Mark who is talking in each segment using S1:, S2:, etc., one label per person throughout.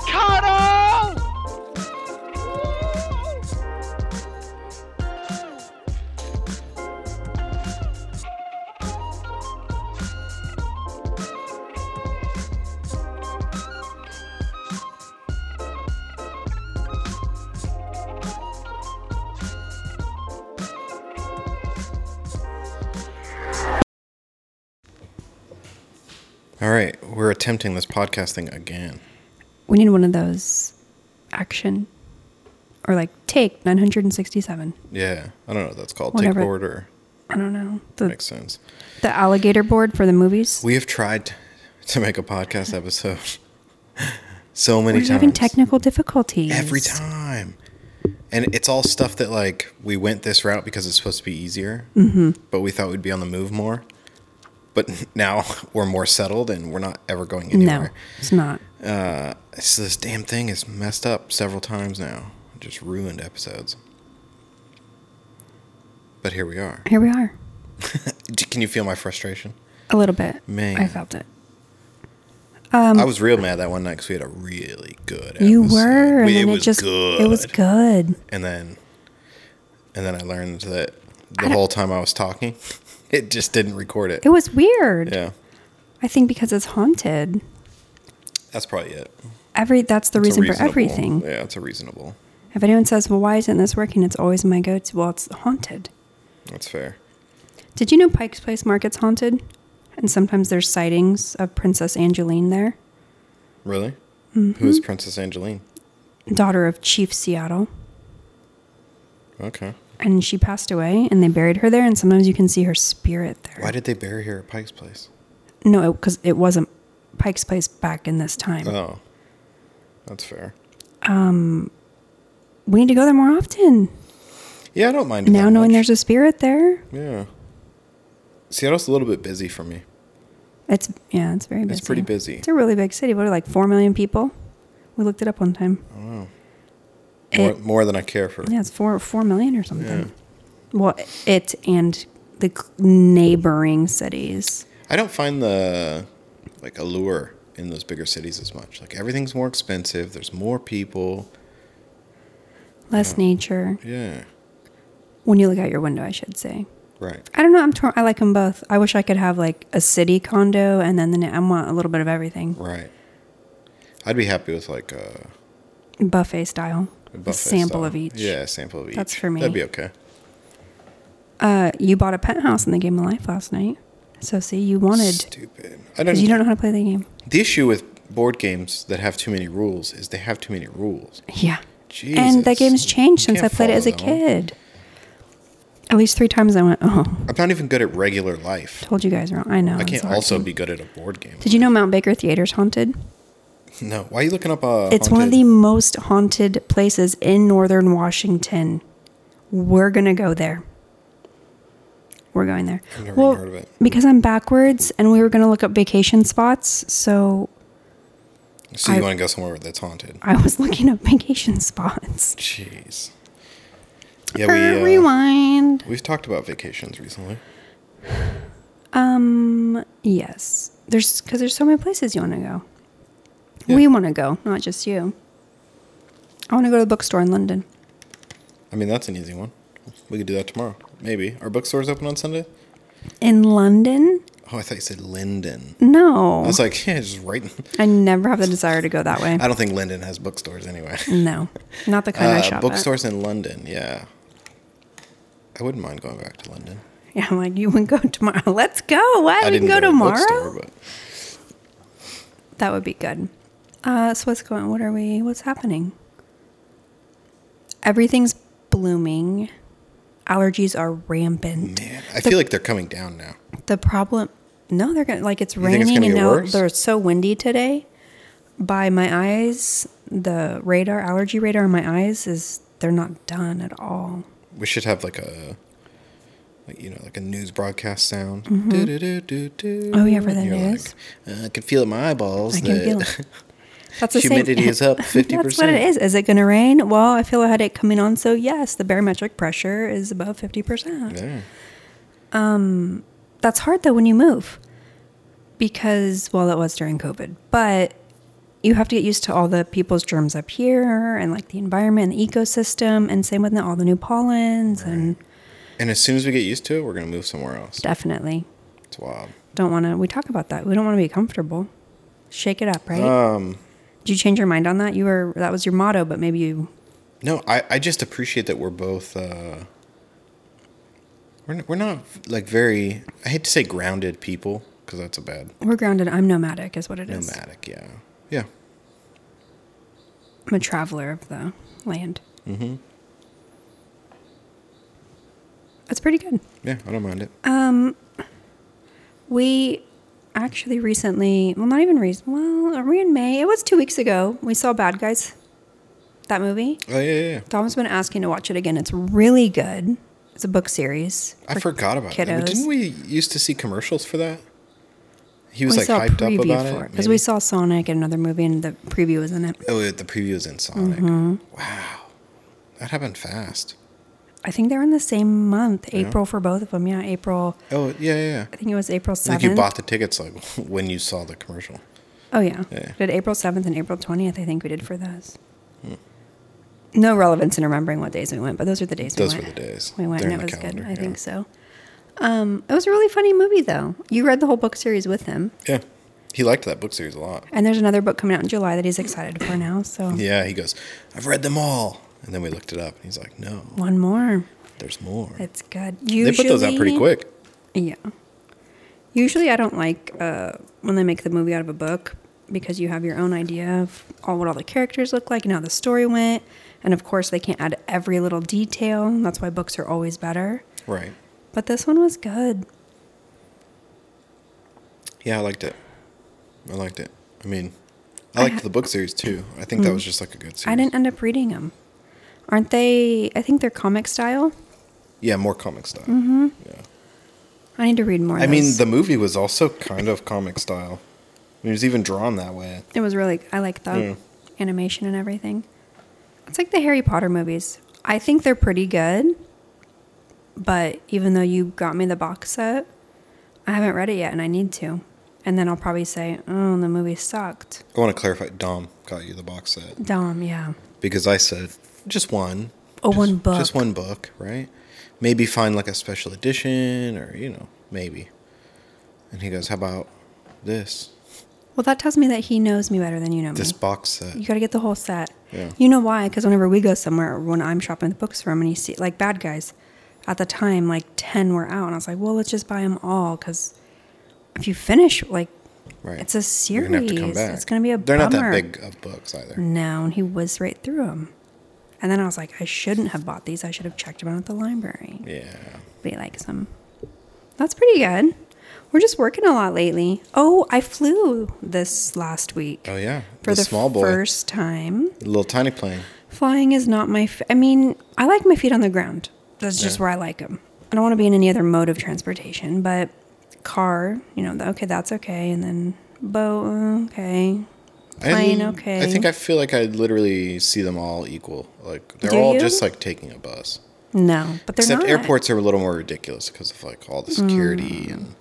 S1: Connell!
S2: All right, we're attempting this podcast thing again.
S3: We need one of those action or like take 967.
S2: Yeah, I don't know what that's called.
S3: Whatever.
S2: Take board or
S3: I don't know. The,
S2: makes sense.
S3: the alligator board for the movies.
S2: We have tried t- to make a podcast episode so many
S3: We're
S2: times.
S3: having technical difficulties.
S2: Every time. And it's all stuff that like we went this route because it's supposed to be easier, mm-hmm. but we thought we'd be on the move more. But now we're more settled and we're not ever going
S3: No,
S2: anywhere.
S3: it's not.
S2: So this damn thing is messed up several times now. Just ruined episodes. But here we are.
S3: Here we are.
S2: D- Can you feel my frustration?
S3: A little bit.
S2: Man.
S3: I felt it.
S2: I was real mad that one night because we had a really good.
S3: Um, You
S2: episode.
S3: were, and
S2: We-
S3: then it,
S2: was
S3: just
S2: good.
S3: it was good.
S2: And then, and then I learned that the whole time I was talking, it just didn't record it.
S3: It was weird.
S2: yeah,
S3: I think because it's haunted.
S2: that's probably it.
S3: Every that's the
S2: It's a
S3: reason for
S2: reasonable-
S3: everything.
S2: Yeah, it's a reasonable.
S3: If anyone says, "Well, why isn't this working?" It's always my go-to. Well, it's haunted.
S2: That's fair.
S3: Did you know Pike's Place Market's haunted? And sometimes there's sightings of Princess Angeline there,
S2: Really?
S3: Mm-hmm.
S2: Who is Princess Angeline?
S3: daughter of Chief Seattle.
S2: Okay.
S3: And she passed away, and they buried her there. And sometimes you can see her spirit there.
S2: Why did they bury her at Pike's place?
S3: No, because it, wasn't Pike's Place back in this time.
S2: Oh, that's fair.
S3: we need to go there more often.
S2: Yeah, I don't mind. it
S3: Now
S2: that
S3: knowing
S2: much.
S3: there's a spirit there,
S2: yeah. Seattle's a little bit busy for me.
S3: it's yeah, it's very busy.
S2: It's pretty busy.
S3: It's a really big city. What are like four million people? We looked it up one time.
S2: Oh, More,
S3: It-
S2: more than I care for.
S3: Yeah, it's four four million or something. Well, it and the c- neighboring cities.
S2: I don't find the like allure in those bigger cities as much. Like everything's more expensive. There's more people.
S3: less nature.
S2: Yeah.
S3: When you look out your window, I should say.
S2: Right.
S3: I don't know. I'm torn. I like them both. I wish I could have like a city condo, and then the na- I want a little bit of everything,
S2: Right. I'd be happy with like a,
S3: buffet style,
S2: a
S3: a
S2: buffet
S3: sample
S2: style.
S3: of each.
S2: Yeah, a sample of each.
S3: That's for me.
S2: That'd be okay.
S3: Uh, you bought a penthouse in the game of life last night, so see, you wanted
S2: Stupid. I don't.
S3: because you don't know how to play the game.
S2: The issue with board games that have too many rules is they have too many rules.
S3: Yeah.
S2: Jesus.
S3: And that game's changed since I
S2: Can't
S3: played it as a
S2: follow them.
S3: kid. At least three times I went. Oh,
S2: I'm not even good at regular life.
S3: told you guys wrong. I know.
S2: I
S3: it's
S2: can't
S3: hard.
S2: also be good at a board game.
S3: Did you know Mount Baker Theater's haunted?
S2: No. Why are you looking up? Uh,
S3: It's one of the
S2: haunted-
S3: most haunted places in northern Washington. We're going to go there. We're going there.
S2: I've never even heard of it.
S3: Because I'm backwards and we were going to look up vacation spots. So
S2: So you
S3: I-
S2: want to go somewhere that's haunted?
S3: I was looking up vacation spots.
S2: Jeez. Yeah, we. Uh,
S3: Rewind.
S2: We've talked about vacations recently.
S3: Um, yes. There's because there's so many places you want to go. We want to go, not just you. I want to go to the bookstore in London.
S2: I mean, that's an easy one. We could do that tomorrow, maybe. Our bookstore's open on Sunday.
S3: In London?
S2: Oh, I thought you said Linden.
S3: No.
S2: I was like, yeah, just right.
S3: I never have the desire to go that way.
S2: I don't think Linden has bookstores anyway.
S3: No, not the kind I shop
S2: Uh,
S3: at.
S2: bookstores in London, yeah. I wouldn't mind going back to London.
S3: Yeah, I'm like, you would go tomorrow. Let's go. What?
S2: I
S3: we can go,
S2: to a
S3: tomorrow?
S2: but
S3: That would be good. Uh, so what's going? What are we? What's happening? Everything's blooming. Allergies are rampant.
S2: man, I feel like they're coming down now.
S3: The problem? No, they're gonna like it's
S2: think it's
S3: raining
S2: gonna
S3: and
S2: get
S3: now
S2: worse?
S3: they're so windy today. By my eyes, the radar allergy radar in my eyes is they're not done at all.
S2: We should have like a, like you know, like a news broadcast sound.
S3: Mm-hmm. Oh, yeah, for the
S2: And you're like,
S3: news.
S2: uh, I can feel it in my eyeballs.
S3: I can
S2: that-
S3: feel it. That's the same-
S2: Humidity is up
S3: That's what
S2: 50%.
S3: it is. Is it going to rain? Well, I feel a headache coming on, so yes, the barometric pressure is above fifty percent.
S2: Yeah.
S3: That's hard though when you move, because well, that was during COVID, but you have to get used to all the people's germs up here and like the environment and the ecosystem and same with all the new pollens and
S2: And as soon as we get used to it, we're gonna move somewhere else.
S3: definitely
S2: It's wild.
S3: don't want to we talk about that we don't want to be comfortable shake it up right
S2: Um,
S3: did you change your mind on that you were that was your motto but maybe you
S2: no, I, I just appreciate that we're both. Uh, we're n- we're not like very. I hate to say grounded people because that's a bad
S3: we're grounded i'm nomadic is what it is.
S2: nomadic. Yeah, yeah.
S3: i'm a traveler of the land mm-hmm. that's pretty good
S2: Yeah, I don't mind it.
S3: Um, We actually recently, well, not even recent. Well, are we in May? It was two weeks ago. We saw Bad Guys, that movie.
S2: oh, yeah, yeah, yeah.
S3: Dom's been asking to watch it again. It's really good. It's a book series.
S2: I forgot about that.
S3: kiddos.
S2: But Didn't we used to see commercials for that? He was
S3: we
S2: like hyped up about it.
S3: because
S2: maybe?
S3: we saw Sonic and another movie, and the preview was in it.
S2: Oh, it- the preview is in Sonic.
S3: Mm-hmm.
S2: Wow, that happened fast.
S3: I think they were in the same month, April for both of them. Yeah, April.
S2: Oh, yeah, yeah. yeah.
S3: I think it was April
S2: I think you
S3: seventh.
S2: bought the tickets like when you saw the commercial.
S3: Oh yeah.
S2: Yeah.
S3: Did April seventh and April twentieth? I think we did for those.
S2: Hmm.
S3: No relevance in remembering what days we went, but those are the days
S2: Those
S3: we
S2: were
S3: went.
S2: the days.
S3: we went,
S2: They're
S3: and it
S2: in
S3: was
S2: the calendar,
S3: good. I
S2: yeah.
S3: think so. Um, it was a really funny movie, though. You read the whole book series with him,
S2: Yeah, he liked that book series a lot.
S3: and there's another book coming out in July that he's excited for now. So
S2: Yeah, he goes, I've read them all, and then we looked it up, and he's like, No,
S3: one more.
S2: there's more.
S3: It's good.
S2: they put those out pretty
S3: Usually-
S2: quick.
S3: Yeah. Usually, I don't like uh, when they make the movie out of a book because you have your own idea of all what all the characters look like and how the story went, and of course, they can't add every little detail. and That's why books are always better.
S2: Right.
S3: But this one was good.
S2: Yeah, I liked it. I liked it. I mean, I liked the book series too. I think that was just like a good series.
S3: Mm. I didn't end up reading them. Aren't they? I think they're comic style.
S2: Yeah, more comic style. Mm-hmm. Yeah.
S3: I need to read more. Of
S2: I mean,
S3: those.
S2: the movie was also kind of comic style. It was even drawn that way.
S3: it was really I like the
S2: Yeah.
S3: animation and everything. It's like the Harry Potter movies. I think they're pretty good, but even though you got me the box set, I haven't read it yet, and I need to. And then I'll probably say, "Oh, the movie sucked."
S2: I want to clarify. Dom got you the box set
S3: Dumb, yeah.
S2: because I said just one.
S3: Oh,
S2: Just-
S3: one book.
S2: Just one book, right? Maybe find like a special edition, or you know, maybe. And he goes, "How about this?
S3: Well, that tells me that he knows me better than you know
S2: This
S3: me.
S2: box set?"
S3: You got to get the whole set.
S2: Yeah.
S3: You know why? Because whenever we go somewhere, or when I'm shopping at the bookstore, and you see like bad guys, at the time like ten were out, and I was like, well, let's just buy them all because if you finish like
S2: Right.
S3: it's a
S2: You're gonna have to come
S3: series.
S2: back.
S3: It's gonna be a
S2: They're not that
S3: bummer.
S2: big of books either.
S3: no, and he whizzed right through them. And then I was like, I shouldn't have bought these. I should have checked them out at the library.
S2: Yeah.
S3: Be like some. That's pretty good. We're just working a lot lately. Oh, I flew this last week
S2: Oh yeah.
S3: for the,
S2: small boy,
S3: first time.
S2: the little tiny plane.
S3: Flying is not my. F- I mean, I like my feet on the ground. That's just
S2: Yeah.
S3: where I like them. I don't want to be in any other mode of transportation, but car, you know, th- okay, that's okay. And then boat, uh, okay. Plane,
S2: I,
S3: okay.
S2: I think I feel like I literally see them all equal. Like they're
S3: Do
S2: all
S3: you?
S2: just like taking a bus.
S3: No, but they're
S2: Except
S3: not.
S2: airports are a little more ridiculous because of like all the security
S3: Mm.
S2: and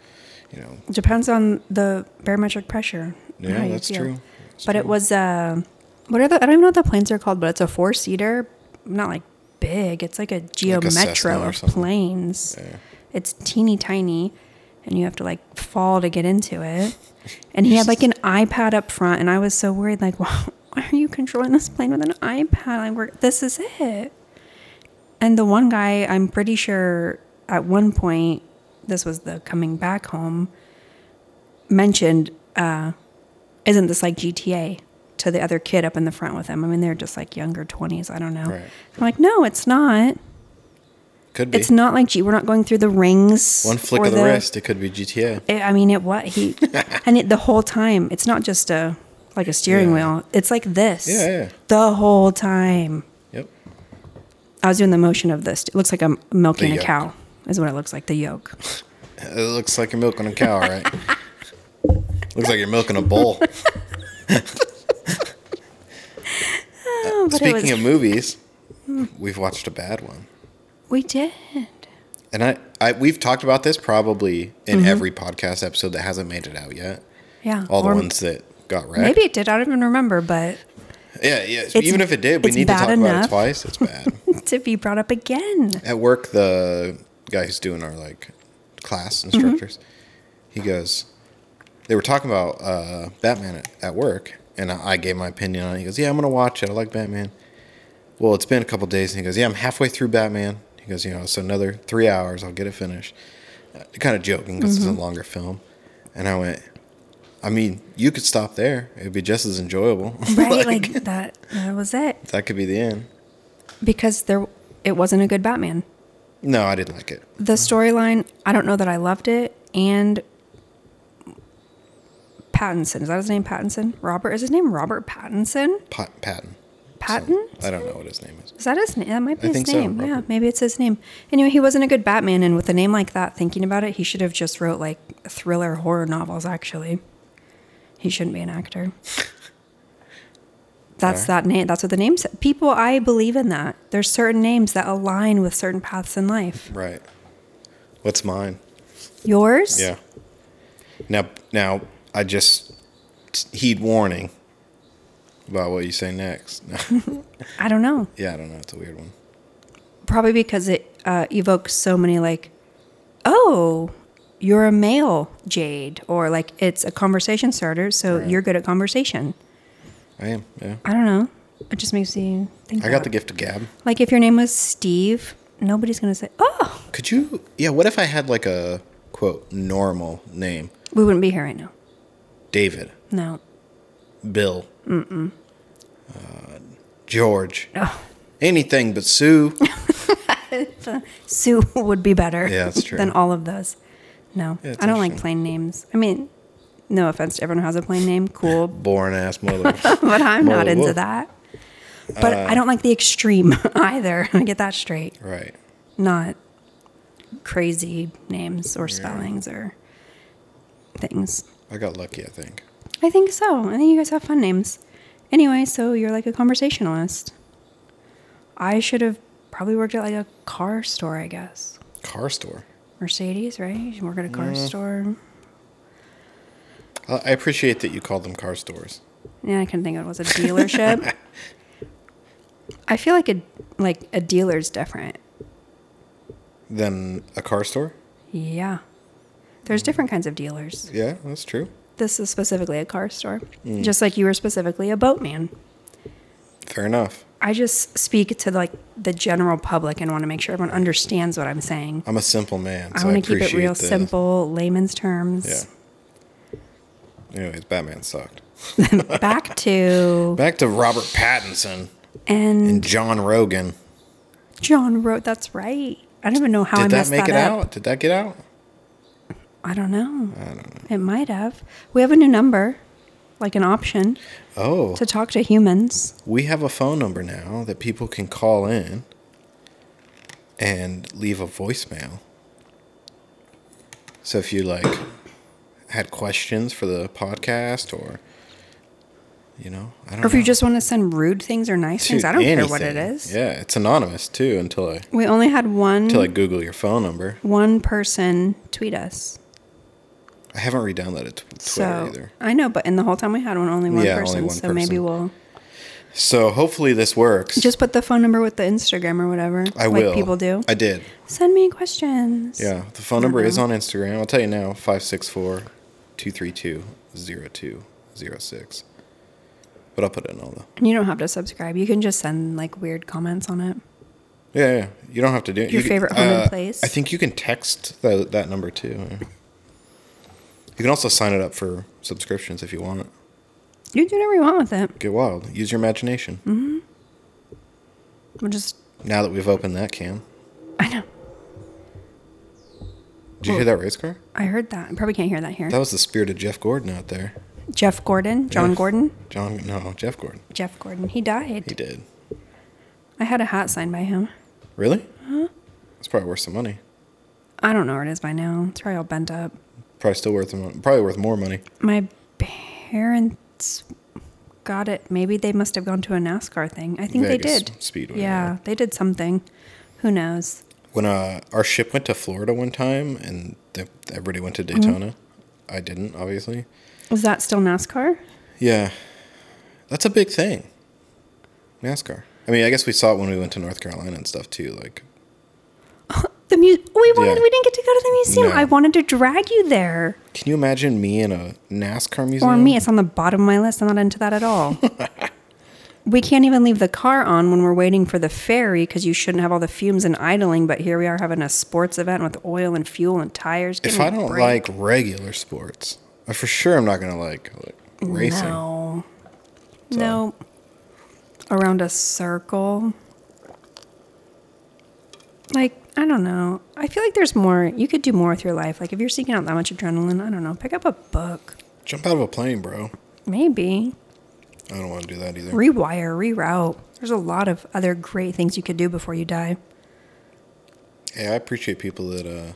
S2: you know.
S3: depends on the barometric pressure.
S2: Yeah,
S3: how you
S2: that's
S3: feel.
S2: true.
S3: but it was uh, what are the? I don't even know what the planes are called, but it's a four seater, not like big. It's like a geo
S2: Cessna
S3: metro
S2: or
S3: of
S2: something.
S3: planes.
S2: Yeah.
S3: It's teeny tiny, and you have to like fall to get into it. And he had like an iPad up front, and I was so worried. Like, wow, why are you controlling this plane with an iPad? Like, we're, this is it. And the one guy, I'm pretty sure at one point, this was the coming back home, mentioned, uh, isn't this like GTA to the other kid up in the front with him? I mean, they're just like younger 20s. I don't know.
S2: Right.
S3: I'm like, no, it's not.
S2: Could be.
S3: It's not like G. We're not going through the rings.
S2: One flick
S3: or
S2: of the, wrist, it could be GTA.
S3: I I mean, it what he and it, the whole time. It's not just a like a steering
S2: Yeah.
S3: wheel. It's like this.
S2: Yeah, yeah.
S3: The whole time.
S2: Yep.
S3: I was doing the motion of this. It looks like I'm milking
S2: The
S3: a
S2: yolk.
S3: cow. Is what it looks like. The yolk.
S2: It looks like you're milking a cow, right? looks like you're milking a bull.
S3: Oh, but it
S2: Speaking
S3: was. Hmm.
S2: of movies, we've watched a bad one.
S3: we did.
S2: And I, I we've talked
S3: Mm-hmm.
S2: about this probably in every podcast episode that hasn't made it out yet.
S3: Yeah.
S2: All the
S3: or-
S2: ones that got wrecked.
S3: Maybe it did. I don't even remember, but
S2: Yeah, yeah. Even if it did, we
S3: it's
S2: need to
S3: bad
S2: talk about
S3: enough.
S2: it twice. It's bad.
S3: to be brought up again.
S2: At work, the guy who's doing our like class
S3: Mm-hmm.
S2: instructors, he goes, they were talking about uh, Batman at, at work, and I, I gave my opinion on it. He goes, yeah, I'm gonna watch it. I like Batman. Well, it's been a couple days, and he goes, yeah, I'm halfway through Batman. He goes, you know, so another three hours, I'll get it finished. Uh, kind of joking because
S3: Mm-hmm.
S2: it's a longer film, and I went. I mean, you could stop there. It'd be just as enjoyable.
S3: Right? like, that that was it.
S2: that could be the end.
S3: Because there it wasn't a good Batman.
S2: No, I didn't like it.
S3: The storyline, I don't know that I loved it and Pattinson, is that his name Pattinson? Robert is his name Robert Pattinson?
S2: Pat- Patton.
S3: Patton?
S2: I don't know what his name is.
S3: Is that his name? That might be
S2: I
S3: his
S2: think so,
S3: name. yeah,
S2: Robert.
S3: maybe it's his name. Anyway, he wasn't a good Batman, and with a name like that, thinking about it, he should have just wrote like thriller horror novels. Actually, he shouldn't be an actor. That's that name. That's what the name said. People, I believe in that. There's certain names that align with certain paths in life.
S2: Right. What's mine?
S3: Yours?
S2: Yeah. Now, now I just heed warning about what you say next.
S3: I don't know.
S2: yeah, I don't know. It's a weird one.
S3: Probably because it uh, evokes so many like, oh, you're a male, Jade, or like it's a conversation starter, so
S2: Right.
S3: you're good at conversation.
S2: I am. Yeah.
S3: I don't know. It just makes you think.
S2: I got
S3: that.
S2: the gift of gab.
S3: Like if your name was Steve, nobody's gonna say, "Oh,
S2: Could you? Yeah. What if I had like a quote normal name?
S3: we wouldn't be here right now."
S2: David,
S3: No.
S2: Bill, Mm-mm. Uh, George,
S3: Oh,
S2: anything but Sue.
S3: Sue would be better.
S2: Yeah, that's true.
S3: Than all of those. No,
S2: Yeah, it's
S3: I don't like
S2: interesting.
S3: plain names. I mean, no offense to everyone who has a plain name, cool,
S2: Boring ass mother.
S3: but I'm not
S2: Whoa, whoa.
S3: into that. But I don't like the extreme either. I get that straight.
S2: right.
S3: Not crazy names or spellings or things.
S2: I got lucky. I think.
S3: I think so. I think you guys have fun names. Anyway, so you're like a conversationalist. I should have probably worked at like a car store, I guess.
S2: Car store.
S3: Mercedes, right? You should work at a car store.
S2: I I appreciate that you called them car stores.
S3: Yeah, I couldn't think of it was a dealership. I feel like a like a dealer's different.
S2: Then a car store?
S3: Yeah. There's different kinds of dealers.
S2: Yeah, that's true.
S3: This is specifically a car store. Just like you were specifically a boatman.
S2: Fair enough.
S3: I just speak to like the general public and want to make sure everyone understands what I'm saying.
S2: I'm a simple man.
S3: I
S2: So I,
S3: want to keep
S2: appreciate
S3: it real
S2: the-
S3: simple, layman's
S2: Yeah.
S3: terms.
S2: Anyways, Batman sucked.
S3: Back to
S2: Back to Robert Pattinson
S3: and
S2: and John Rogan.
S3: John wrote. That's right. I don't even know how Oh, I
S2: Did that
S3: messed
S2: make
S3: that
S2: it
S3: up.
S2: out? Did that get out?
S3: I don't know. I don't know. It might have. We have a new number, like an option
S2: Oh,
S3: to talk to humans.
S2: we have a phone number now that people can call in and leave a voicemail. So if you like had questions for the podcast or you know, I don't
S3: Or if
S2: know.
S3: you just want to send rude things or nice things,
S2: Dude,
S3: I don't care what it
S2: anything.
S3: is. Mm-hmm.
S2: Yeah, it's anonymous too until I
S3: We only had one
S2: until I Google your phone number.
S3: one person tweet us.
S2: I haven't re-downloaded t- Twitter
S3: So
S2: either.
S3: I know, but in the whole time we had one, only one
S2: Yeah, only
S3: person.
S2: one
S3: so maybe
S2: person.
S3: we'll
S2: So hopefully this works.
S3: just put the phone number with the Instagram or whatever.
S2: I
S3: like
S2: will.
S3: People do.
S2: I did.
S3: Send me questions.
S2: Yeah, the phone number is on Instagram. I'll tell you now: 564-232-0206. But I'll put it in all the.
S3: You don't have to subscribe. You can just send like weird comments on it.
S2: Yeah, yeah. You don't have to do it.
S3: Your
S2: You can- uh,
S3: favorite home and place?
S2: I think you can text tha- that number too. yeah. You can also sign it up for subscriptions if you want.
S3: You do whatever you want with it.
S2: Get wild. Use your imagination.
S3: Mm-hmm. We'll just,
S2: Now that we've opened that can,
S3: I know.
S2: did you hear that race car?
S3: I heard that. I probably can't hear that here.
S2: That was the spirit of Jeff Gordon out there.
S3: Jeff Gordon, John
S2: Yeah.
S3: Gordon,
S2: John, no, Jeff Gordon.
S3: Jeff Gordon. He died.
S2: He did.
S3: I had a hat signed by him.
S2: Really? Huh? It's probably worth some money.
S3: I don't know where it is by now. It's probably all bent up.
S2: Probably still worth mo- probably worth more money.
S3: My parents got it. Maybe they must have gone to a NASCAR thing. I think
S2: Vegas
S3: they did.
S2: Speedway,
S3: Yeah,
S2: yeah.
S3: they did something. Who knows?
S2: When uh, our ship went to Florida one time,
S3: Mm-hmm.
S2: and th- everybody went to Daytona, I didn't obviously.
S3: Is that still NASCAR?
S2: Yeah. That's a big thing. NASCAR. I mean, I guess we saw it when we went to North Carolina and stuff too. Like,
S3: The mu- we wanted
S2: Yeah.
S3: we didn't get to go to the museum.
S2: No.
S3: I wanted to drag you there.
S2: can you imagine me in a NASCAR museum?
S3: Or me, it's on the bottom of my list. I'm not into that at all. we can't even leave the car on when we're waiting for the ferry because you shouldn't have all the fumes and idling. But here we are having a sports event with oil and fuel and tires. Give
S2: If
S3: me a
S2: I don't
S3: break.
S2: like regular sports, I for sure I'm not gonna like, like, racing.
S3: No. No. Around a circle. Like, I don't know. I feel like there's more. You could do more with your life. Like, if you're seeking out that much adrenaline, I don't know. Pick up a book.
S2: Jump out of a plane, bro.
S3: Maybe.
S2: I don't want to do that either.
S3: Rewire, reroute. There's a lot of other great things you could do before you die.
S2: Hey, I appreciate people that uh,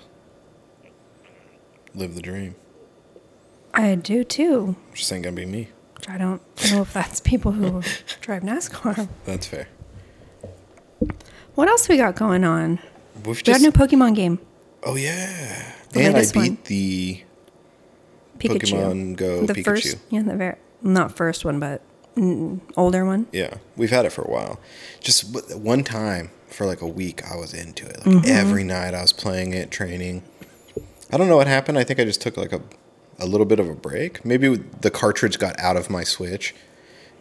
S2: live the dream.
S3: I do too,
S2: Just ain't gonna be me.
S3: which I don't know if that's people who drive NASCAR.
S2: That's fair.
S3: What else we got going on?
S2: We've
S3: We got
S2: just
S3: a new Pokemon game.
S2: oh yeah,
S3: The
S2: and I
S3: latest
S2: beat
S3: one.
S2: the
S3: Pikachu.
S2: Pokemon Go
S3: the
S2: Pikachu.
S3: first, yeah, the very not first one, but mm, older one.
S2: yeah. We've had it for a while. Just w- one time for like a week, I was into it. Like
S3: Mm-hmm.
S2: every night, I was playing it, training. I don't know what happened. I think I just took like a a little bit of a break. Maybe the cartridge got out of my Switch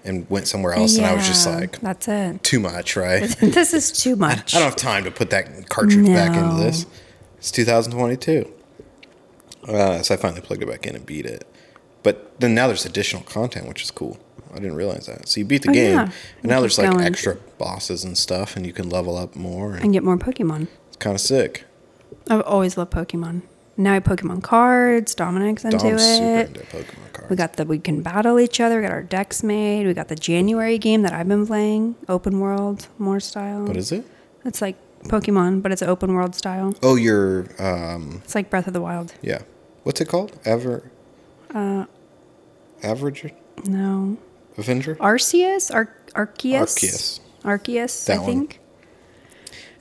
S2: and went somewhere else, and I was just
S3: Yeah,
S2: like
S3: that's it.
S2: too much, right?
S3: this is too much.
S2: I don't have time to put that cartridge back into
S3: No.
S2: this. It's 2022. Uh, so I finally plugged it back in and beat it. But then now there's additional content, which is cool. I didn't realize that. So you beat the
S3: Oh,
S2: game,
S3: yeah.
S2: and now
S3: Keep
S2: there's like
S3: going.
S2: extra bosses and stuff, and you can level up more. And
S3: and get more Pokemon.
S2: it's kind of sick.
S3: I've always loved Pokemon. Now I have Pokemon cards. Dominic's into
S2: Dom's
S3: it.
S2: super into Pokemon cards.
S3: We got the we can battle each other. We got our decks made. We got the January game that I've been playing, open world, more style.
S2: what is it?
S3: It's like Pokemon, but it's open world style.
S2: Oh, your um,
S3: It's like Breath of the Wild.
S2: yeah. What's it called? Ever. Uh, Average
S3: No,
S2: Avenger.
S3: Arceus, Ar- Arceus,
S2: Arceus.
S3: Arceus.
S2: That
S3: I
S2: one.
S3: think.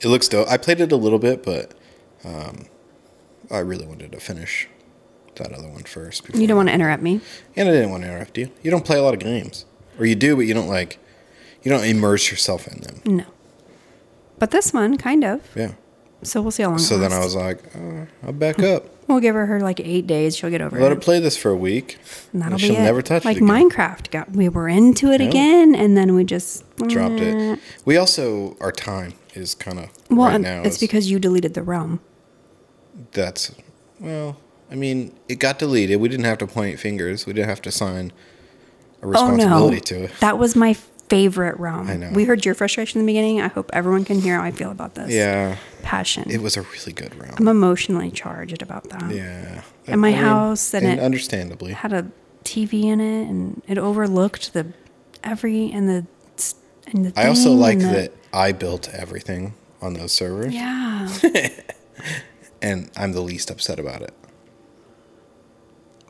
S2: It looks dope. I played it a little bit, but um, I really wanted to finish that other one first. Before.
S3: You don't want to interrupt me.
S2: and I didn't want to interrupt you. You don't play a lot of games, or you do, but you don't like, you don't immerse yourself in them.
S3: No. But this one, kind of.
S2: Yeah.
S3: So we'll see how long.
S2: So
S3: it
S2: then I
S3: lasts.
S2: was like, uh, I'll back up.
S3: We'll give her her like eight days. She'll get over
S2: Let her
S3: it.
S2: play this for a week,
S3: and that'll be
S2: she'll
S3: it.
S2: never touch
S3: like
S2: it. again.
S3: Minecraft. Got we were into it
S2: Yeah.
S3: again, and then we just
S2: Dropped it. We also our time is kind of
S3: Well,
S2: right
S3: and
S2: now.
S3: it's
S2: is-
S3: because you deleted the realm.
S2: that's well. I mean, it got deleted. We didn't have to point fingers. We didn't have to sign a
S3: Oh no,
S2: responsibility to it.
S3: that was my favorite realm.
S2: I know.
S3: We heard your frustration in the beginning. I hope everyone can hear how I feel about this.
S2: Yeah.
S3: passion.
S2: It was a really good round.
S3: I'm emotionally charged about that.
S2: Yeah.
S3: And my house and it-
S2: understandably.
S3: had a TV in it, and it overlooked the every and the s- and the.
S2: I also
S3: thing
S2: like
S3: and the-
S2: that I built everything on those servers
S3: Yeah.
S2: and I'm the least upset about it.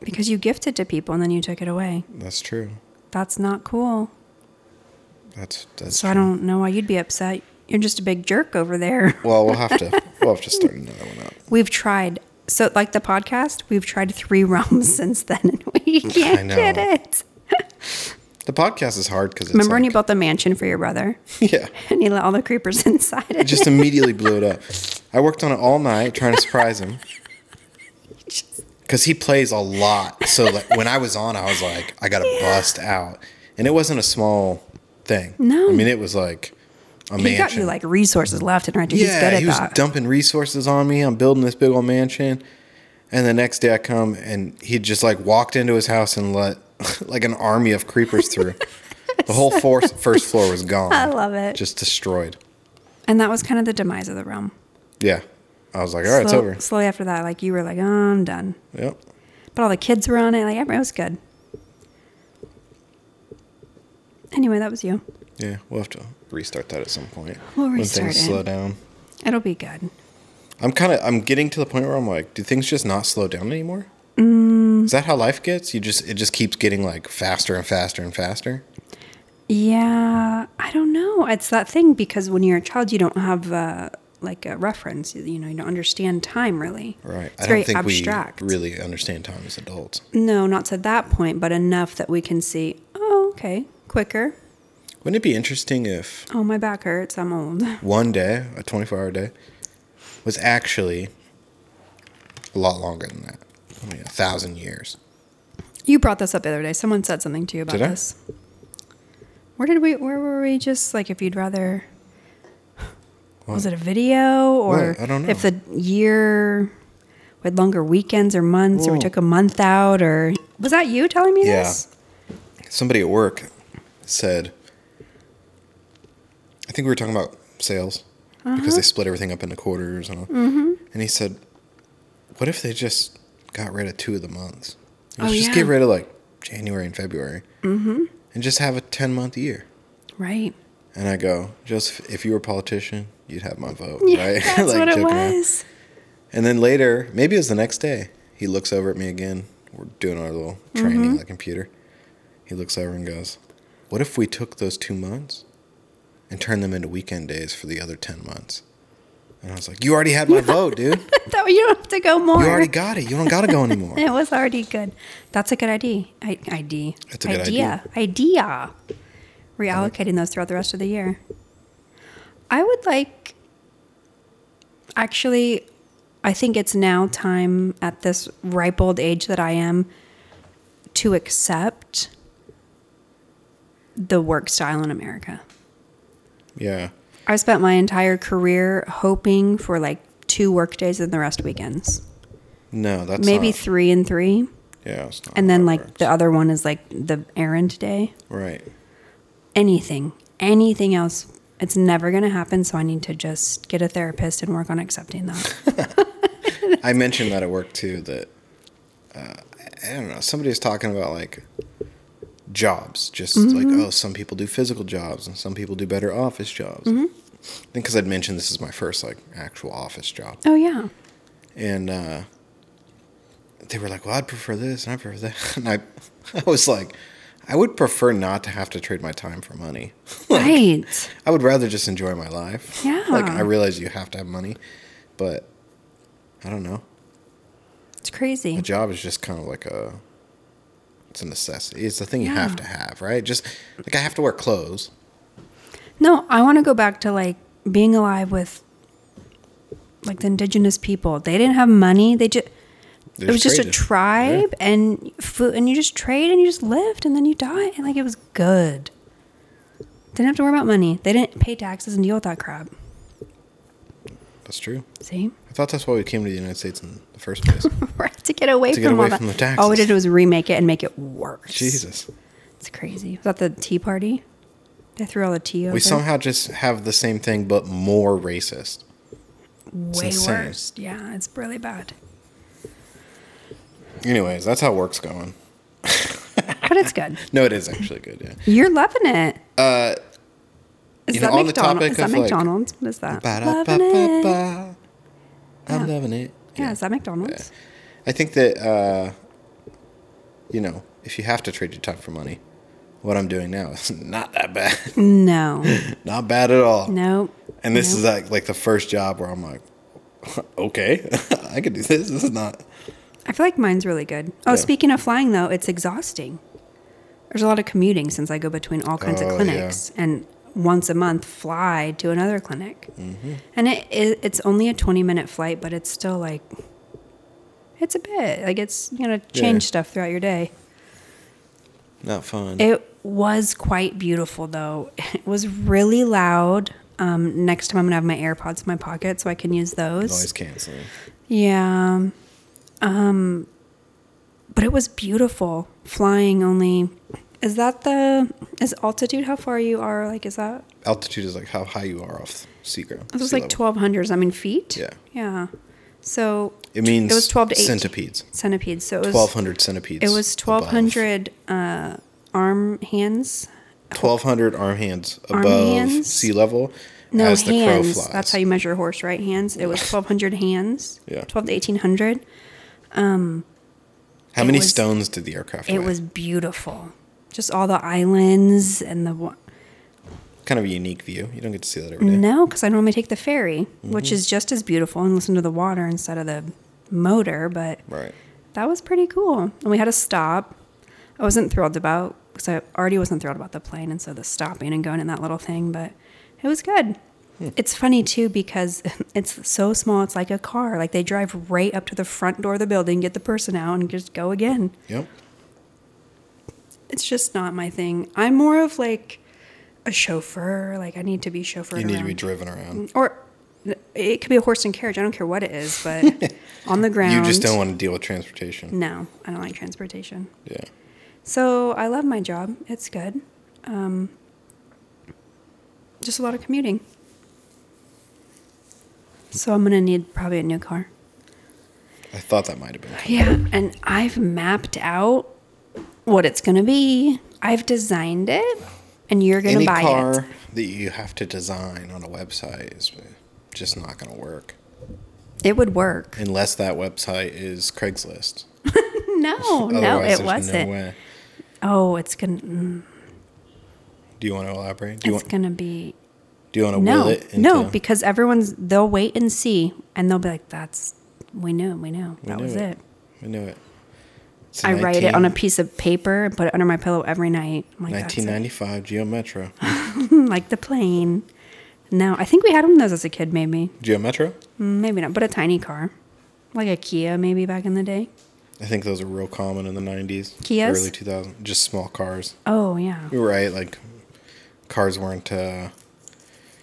S3: Because you gifted to people and then you took it away.
S2: That's true.
S3: That's not cool.
S2: That's that's true.
S3: So I don't know why you'd be upset. You're just a big jerk over there.
S2: Well, we'll have to we'll have to start another one up.
S3: We've tried. So, like the podcast, we've tried three realms since then and we can't
S2: know.
S3: get it.
S2: The podcast is hard cuz it's
S3: Remember when you
S2: like,
S3: built the mansion for your brother
S2: Yeah.
S3: and he let all the creepers inside
S2: It
S3: it?
S2: just immediately blew it up. I worked on it all night trying to surprise him. Cuz he plays a lot. So like when I was on, I was like I got to bust out. And it wasn't a small thing.
S3: No.
S2: I mean, it was like a
S3: He
S2: mansion.
S3: got you like resources left and right. Dude, he's
S2: Yeah,
S3: good at
S2: he was
S3: that.
S2: dumping resources on me. I'm building this big old mansion, and the next day I come and he just like walked into his house and let like an army of creepers through. the whole force, first floor was gone.
S3: I love it.
S2: Just destroyed.
S3: and that was kind of the demise of the realm.
S2: Yeah, I was like, all right,
S3: Slow-
S2: it's
S3: Slowly after that, like you were like, oh, I'm done.
S2: over. Yep.
S3: But all the kids were on it. Like, everyone- it was good. Anyway, that was you.
S2: Yeah, we'll have to restart that at some point.
S3: We'll
S2: when
S3: restart
S2: things
S3: it.
S2: slow down.
S3: It'll be good.
S2: I'm kind of I'm getting to the point where I'm like, do things just not slow down anymore?
S3: Mm.
S2: Is that how life gets? You just it just keeps getting like faster and faster and faster.
S3: Yeah, I don't know. It's that thing because when you're a child, you don't have uh, like a reference. You, you know, you don't understand time really.
S2: Right.
S3: It's
S2: I
S3: very
S2: don't think
S3: abstract.
S2: we really understand time as adults.
S3: No, not to that point, but enough that we can see. "Oh, okay, quicker.
S2: Wouldn't it be interesting if
S3: Oh, my back hurts. I'm old.
S2: one day, a 24 hour day, was actually a lot longer than that? I mean, a thousand years.
S3: You brought this up the other day. Someone said something to you about
S2: Did I?
S3: this. Where did we? Where were we? Just like if you'd rather. Was it a video or
S2: What? I don't
S3: if
S2: know.
S3: the year we had longer weekends or months or we
S2: Whoa.
S3: took a month out or was that you telling me
S2: Yeah.
S3: this?
S2: Somebody at work said, I think we were talking about sales
S3: Uh-huh.
S2: because they split everything up into quarters. And, all.
S3: Mm-hmm.
S2: and he said, What if they just got rid of two of the months? Let's just
S3: Oh, yeah. Mm-hmm.
S2: get rid of like January and February and just have a 10 month year.
S3: Right.
S2: And I go, Joseph, if you were a politician, you'd have my vote,
S3: Yeah,
S2: right?
S3: that's what it
S2: joking around.
S3: was.
S2: And then later, maybe it was the next day, he looks over at me again. We're doing our little
S3: Mm-hmm.
S2: training on the computer. He looks over and goes, What if we took those two months and turned them into weekend days for the other 10 months? And I was like, You already had my vote, dude.
S3: that way you don't have to go more.
S2: You already got it. You don't got to go anymore.
S3: it was already good. That's a good idea. I, ID.
S2: That's a good
S3: idea. Idea. Reallocating those throughout the rest of the year. I would like. Actually, I think it's now time at this ripe old age that I am to accept the work style in America.
S2: Yeah.
S3: I spent my entire career hoping for like two work days and the rest weekends.
S2: No, that's
S3: Maybe
S2: not-
S3: three and three.
S2: yeah, it's not
S3: And then
S2: how it
S3: like
S2: works.
S3: the other one is like the errand day.
S2: right.
S3: Anything, anything else, it's never going to happen. So I need to just get a therapist and work on accepting that.
S2: I mentioned that at work too. That uh, I don't know. Somebody was talking about like jobs, just like oh, some people do physical jobs and some people do better office jobs. I think because I'd mentioned this is my first like actual office job,
S3: oh yeah,
S2: and uh, they were like, "Well, I'd prefer this and I prefer that," and I, I was like, "I would prefer not to have to trade my time for money." Like,
S3: right.
S2: I would rather just enjoy my life.
S3: Yeah.
S2: like I realize you have to have money, but I don't know.
S3: It's crazy.
S2: A job is just kind of like a it's a necessity. It's a thing you have
S3: Yeah.
S2: to have, right? Just like I have to wear clothes.
S3: No, I want to go back to like being alive with like the indigenous people. They didn't have money. They just
S2: They
S3: it was just a
S2: traded.
S3: tribe and food, and you just trade and you just lived, and then you die, and like it was good. Didn't have to worry about money. They didn't pay taxes and deal with that crap.
S2: Yeah, that's true.
S3: See,
S2: I thought that's why we came to the United States in the first place.
S3: right to get away
S2: To get
S3: from all
S2: away
S3: that.
S2: from the
S3: All we
S2: taxes.
S3: did was remake it and make it worse.
S2: Jesus.
S3: it's crazy. Was that the Tea Party? They threw all the tea over.
S2: We somehow just have the same thing but more racist.
S3: way
S2: insane.
S3: worse. Yeah, it's really bad.
S2: Anyways, that's how work's going.
S3: But it's good.
S2: No, it is actually good, yeah.
S3: You're loving it. Uh, is
S2: you
S3: that
S2: know, on the
S3: McDonald's?
S2: topic
S3: is that
S2: of, like,
S3: McDonald's? what is that? Loving it.
S2: Ba-da-ba-ba-ba. I'm loving it.
S3: Yeah, is that McDonald's?
S2: I think that uh, you know, if you have to trade your time for money, what I'm doing now is not that bad.
S3: No,
S2: not bad at all.
S3: no.
S2: And this
S3: no.
S2: is like like the first job where I'm like, okay, I could do this. This is not.
S3: I feel like mine's really good. Oh,
S2: Yeah.
S3: speaking of flying though, it's exhausting. There's a lot of commuting since I go between all kinds of
S2: Oh, yeah.
S3: clinics and once a month fly to another clinic.
S2: Mm-hmm.
S3: And it, it it's only a 20 minute flight, but it's still like it's a bit like it's you know change
S2: Yeah.
S3: stuff throughout your day.
S2: Not fun.
S3: It was quite beautiful, though. It was really loud. Um, next time I'm gonna have my AirPods in my pocket so I can use those.
S2: Noise canceling.
S3: Yeah. Um, but it was beautiful. Flying only. Is that the is altitude how far you are? Like, is that
S2: Altitude is like how high you are off sea ground.
S3: this was
S2: sea
S3: like
S2: level.
S3: twelve hundred? I mean, feet.
S2: Yeah.
S3: Yeah. So
S2: It means
S3: it was twelve to eight
S2: centipedes.
S3: centipedes. So it was
S2: Twelve hundred centipedes.
S3: It was twelve hundred uh, arm hands.
S2: Twelve hundred arm hands
S3: Arm
S2: above
S3: hands?
S2: sea level
S3: No
S2: as the crow
S3: hands.
S2: flies.
S3: That's how you measure a horse, right? Hands. It was twelve hundred hands.
S2: Yeah.
S3: Twelve to eighteen hundred.
S2: How
S3: it
S2: many
S3: was-
S2: stones did the aircraft?
S3: It
S2: weigh?
S3: was beautiful. Just all the islands and the. wa-
S2: kind of a unique view. You don't get to see that every day.
S3: No, because I normally take the ferry,
S2: Mm-hmm.
S3: which is just as beautiful, and listen to the water instead of the motor. But
S2: Right.
S3: that was pretty cool. And we had a stop. I wasn't thrilled about because I already wasn't thrilled about the plane, and so the stopping and going in that little thing, but it was good. It's funny too because it's so small. It's like a car. Like they drive right up to the front door of the building, get the person out, and just go again.
S2: Yep.
S3: It's just not my thing. I'm more of like a chauffeur. Like I need to be chauffeured.
S2: You need to be
S3: around.
S2: driven around.
S3: or it could be a horse and carriage. I don't care what it is, but on the ground.
S2: You just don't want to deal with transportation.
S3: No, I don't like transportation.
S2: Yeah.
S3: So I love my job. It's good. Um, just a lot of commuting. So I'm gonna need probably a new car.
S2: I thought that might have been.
S3: Yeah, and I've mapped out what it's gonna be. I've designed it, and you're gonna
S2: Any
S3: buy
S2: car
S3: it.
S2: that you have to design on a website is just not going to work
S3: It would work.
S2: unless that website is Craigslist.
S3: Oh, No, no,
S2: Otherwise,
S3: it
S2: there's
S3: wasn't.
S2: way.
S3: Oh, it's gonna, mm,
S2: Do you want to elaborate? Do you
S3: it's
S2: want,
S3: gonna be
S2: do you want to will
S3: no,
S2: it?
S3: no,
S2: into-
S3: because everyone's they'll wait and see, and they'll be like, "That's we knew, we knew that
S2: knew
S3: was
S2: it.
S3: it.
S2: I knew it. It's a
S3: I write it on a
S2: 19
S3: piece of paper and put it under my pillow every night. I'm like, that's it.
S2: 1995 Geo Metro.
S3: like the plane. No, I think we had one of those as a kid, maybe.
S2: Geo Metro?
S3: Mm, Maybe not, but a tiny car. Like a Kia, maybe back in the day.
S2: I think those were real common in the 90s.
S3: Kias?
S2: Early 2000s. Just small cars.
S3: Oh, yeah.
S2: You're right. Like, cars weren't. Uh,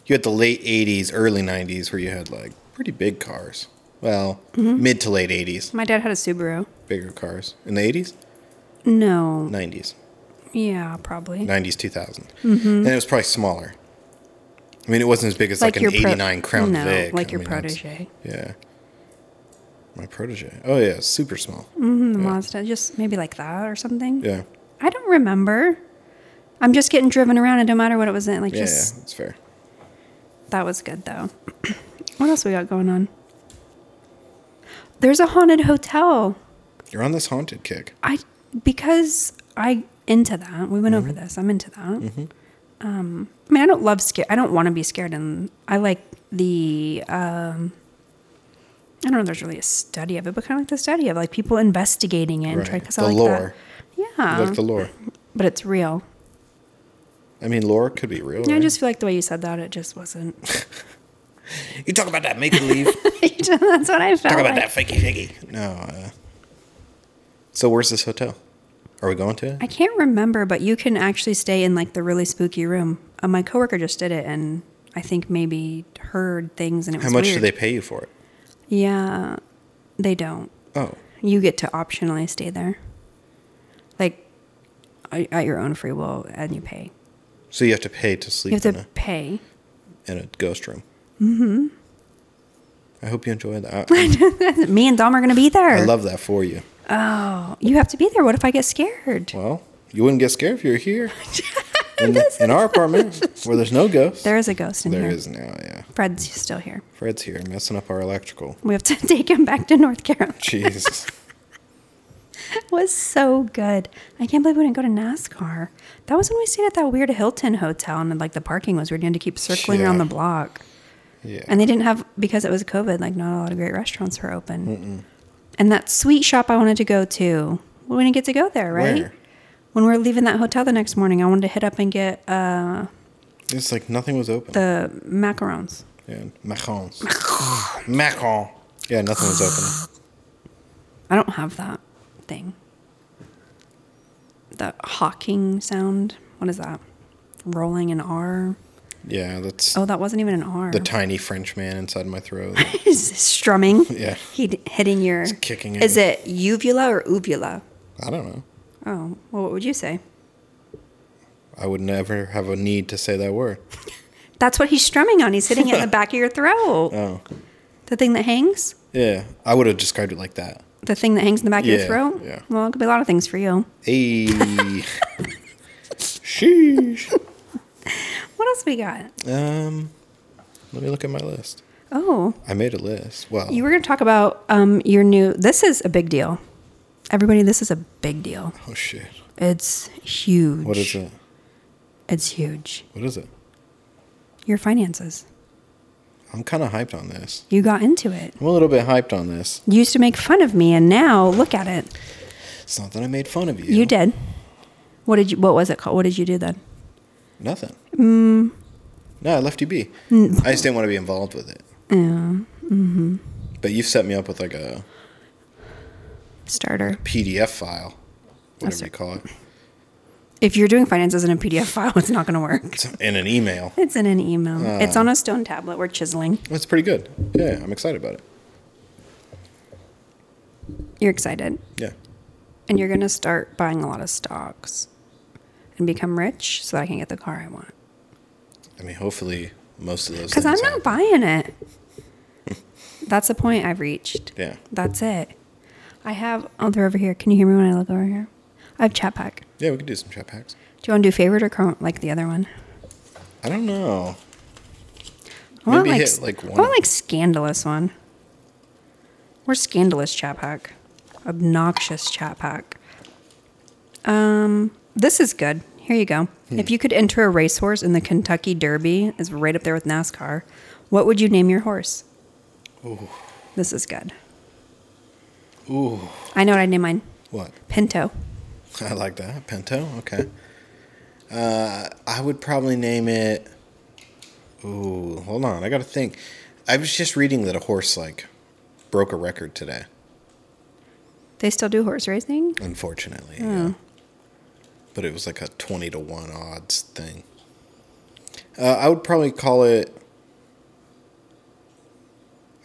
S2: you had the late 80s, early 90s where you had, like, pretty big cars. Well,
S3: Mm-hmm.
S2: mid to late 80s,
S3: My dad had a Subaru.
S2: bigger cars. In the 80s?
S3: No.
S2: 90s.
S3: Yeah, probably.
S2: 90s, 2000.
S3: Mm-hmm.
S2: And it was probably smaller. I mean, it wasn't as big as, like, an
S3: pro-
S2: 89 Crown
S3: No,
S2: Vic.
S3: like
S2: I
S3: your
S2: mean, that's-
S3: protege.
S2: Yeah. My protege. Oh, yeah. Super small.
S3: Mm-hmm, The Mazda, just maybe like that or something.
S2: Yeah.
S3: I don't remember. I'm just getting driven around. It don't matter what it was in. Like,
S2: Yeah,
S3: just
S2: yeah. That's fair.
S3: That was good though. what else we got going on? There's a haunted hotel.
S2: You're on this haunted kick.
S3: I because I into that. We went
S2: Mm-hmm.
S3: over this. I'm into that. Um, I mean, I don't love scare. I don't want to be scared, and I like the. Um, I don't know. if There's really a study of it, but kind of like the study of like people investigating it and
S2: Right.
S3: trying because
S2: The
S3: I like
S2: lore.
S3: that. Yeah,
S2: Look, the lore.
S3: but it's real.
S2: I mean, lore could be real.
S3: I
S2: right?
S3: just feel like the way you said that, it just wasn't.
S2: you talk about that make believe. talk
S3: That's what I felt. like.
S2: fakey fakey. No. Uh, so where's this hotel? Are we going to it?
S3: I can't remember, but you can actually stay in like the really spooky room. Uh, my coworker just did it, and I think maybe heard things, and it
S2: How
S3: was
S2: much do
S3: weird.
S2: they pay you for it?
S3: Yeah, they don't.
S2: Oh,
S3: You get to optionally stay there, like at at your own free will, and you pay.
S2: so you have to pay to
S3: You
S2: sleep
S3: have
S2: in,
S3: to pay.
S2: a, in a ghost room. Mm-hmm. I hope you enjoyed that. I,
S3: Me and Dom are gonna be there.
S2: I love that for you.
S3: you have to be there. What if I get scared?
S2: Well, you wouldn't get scared if you were here in, in our apartment where there's no ghosts.
S3: There is a ghost in
S2: there
S3: here.
S2: is now, yeah.
S3: Fred's still here.
S2: Fred's here messing up our electrical.
S3: We have to take him back to North Carolina.
S2: Jesus.
S3: was so good. I can't believe we didn't go to NASCAR. That was when we stayed at that weird Hilton hotel and like the parking was weird. You had to keep circling around
S2: Yeah.
S3: the block.
S2: Yeah.
S3: And they didn't have, because it was COVID, like not a lot of great restaurants were open. And that sweet shop I wanted to go to, we didn't get to go there, right?
S2: Where?
S3: When we were leaving that hotel the next morning, I wanted to hit up and get uh,
S2: It's like nothing was open.
S3: the macarons.
S2: yeah, macarons. Macaron. Yeah, nothing was open.
S3: I don't have that thing. The hawking sound. What is that? Rolling an R.
S2: Yeah, that's
S3: Oh, that wasn't even an R.
S2: the tiny French man inside my throat.
S3: He's strumming.
S2: Yeah.
S3: He d- hitting your.
S2: He's kicking
S3: Is
S2: it.
S3: it uvula or uvula?
S2: I don't know.
S3: Oh, well, what would you say?
S2: I would never have a need to say that word.
S3: That's what he's strumming on. He's hitting it in the back of your throat.
S2: Oh.
S3: The thing that hangs.
S2: Yeah, I would have described it like that.
S3: The thing that hangs in the back of
S2: Yeah,
S3: your throat.
S2: yeah.
S3: Well, it could be a lot of things for you.
S2: Hey. Sheesh.
S3: What else we got?
S2: Um, let me look at my list.
S3: Oh,
S2: I made a list. Well,
S3: you were going to talk about um, your new. This is a big deal. Everybody, this is a big deal.
S2: oh shit.
S3: It's huge.
S2: What is it?
S3: It's huge.
S2: What is it?
S3: Your finances.
S2: I'm kind of hyped on this.
S3: You got into it.
S2: I'm a little bit hyped on this.
S3: You used to make fun of me, and now look at it.
S2: It's not that I made fun of you.
S3: You did. What did you? What was it called? What did you do then?
S2: Nothing.
S3: Mm.
S2: No, I left you be. I just didn't want to be involved with it.
S3: Yeah, mhm.
S2: But you've set me up with like a
S3: Starter.
S2: PDF file, whatever
S3: sir.
S2: you call it,
S3: If you're doing finances in a PDF file, it's not going to work.
S2: It's in an email.
S3: It's in an email. it's on a stone tablet. We're chiseling.
S2: That's pretty good. Yeah, I'm excited about it.
S3: You're excited,
S2: Yeah.
S3: and you're going to start buying a lot of stocks, and become rich so that I can get the car I want.
S2: I mean, hopefully most of those.
S3: Because I'm
S2: things happen.
S3: not buying it. That's the point I've reached.
S2: Yeah.
S3: That's it. I have. Oh, they're over here. Can you hear me when I look over here? I have chat pack.
S2: Yeah, we could do some chat packs.
S3: Do you want to do favorite or chron- like the other one?
S2: I don't know.
S3: I want
S2: Maybe
S3: like,
S2: hit,
S3: s-
S2: like,
S3: I
S2: one.
S3: want like scandalous one. Or scandalous chat pack. Obnoxious chat pack. Um, this is good. Here you go.
S2: Hmm.
S3: If you could enter a racehorse in the Kentucky Derby, is right up there with NASCAR. What would you name your horse? This is good.
S2: Ooh,
S3: I know what I'd name mine.
S2: what?
S3: Pinto.
S2: I like that. Pinto. Okay. Uh, I would probably name it. Ooh, hold on. I got to think. I was just reading that a horse like broke a record today.
S3: They still do horse racing?
S2: Unfortunately. yeah. But it was like a twenty to one odds thing. Uh, I would probably call it.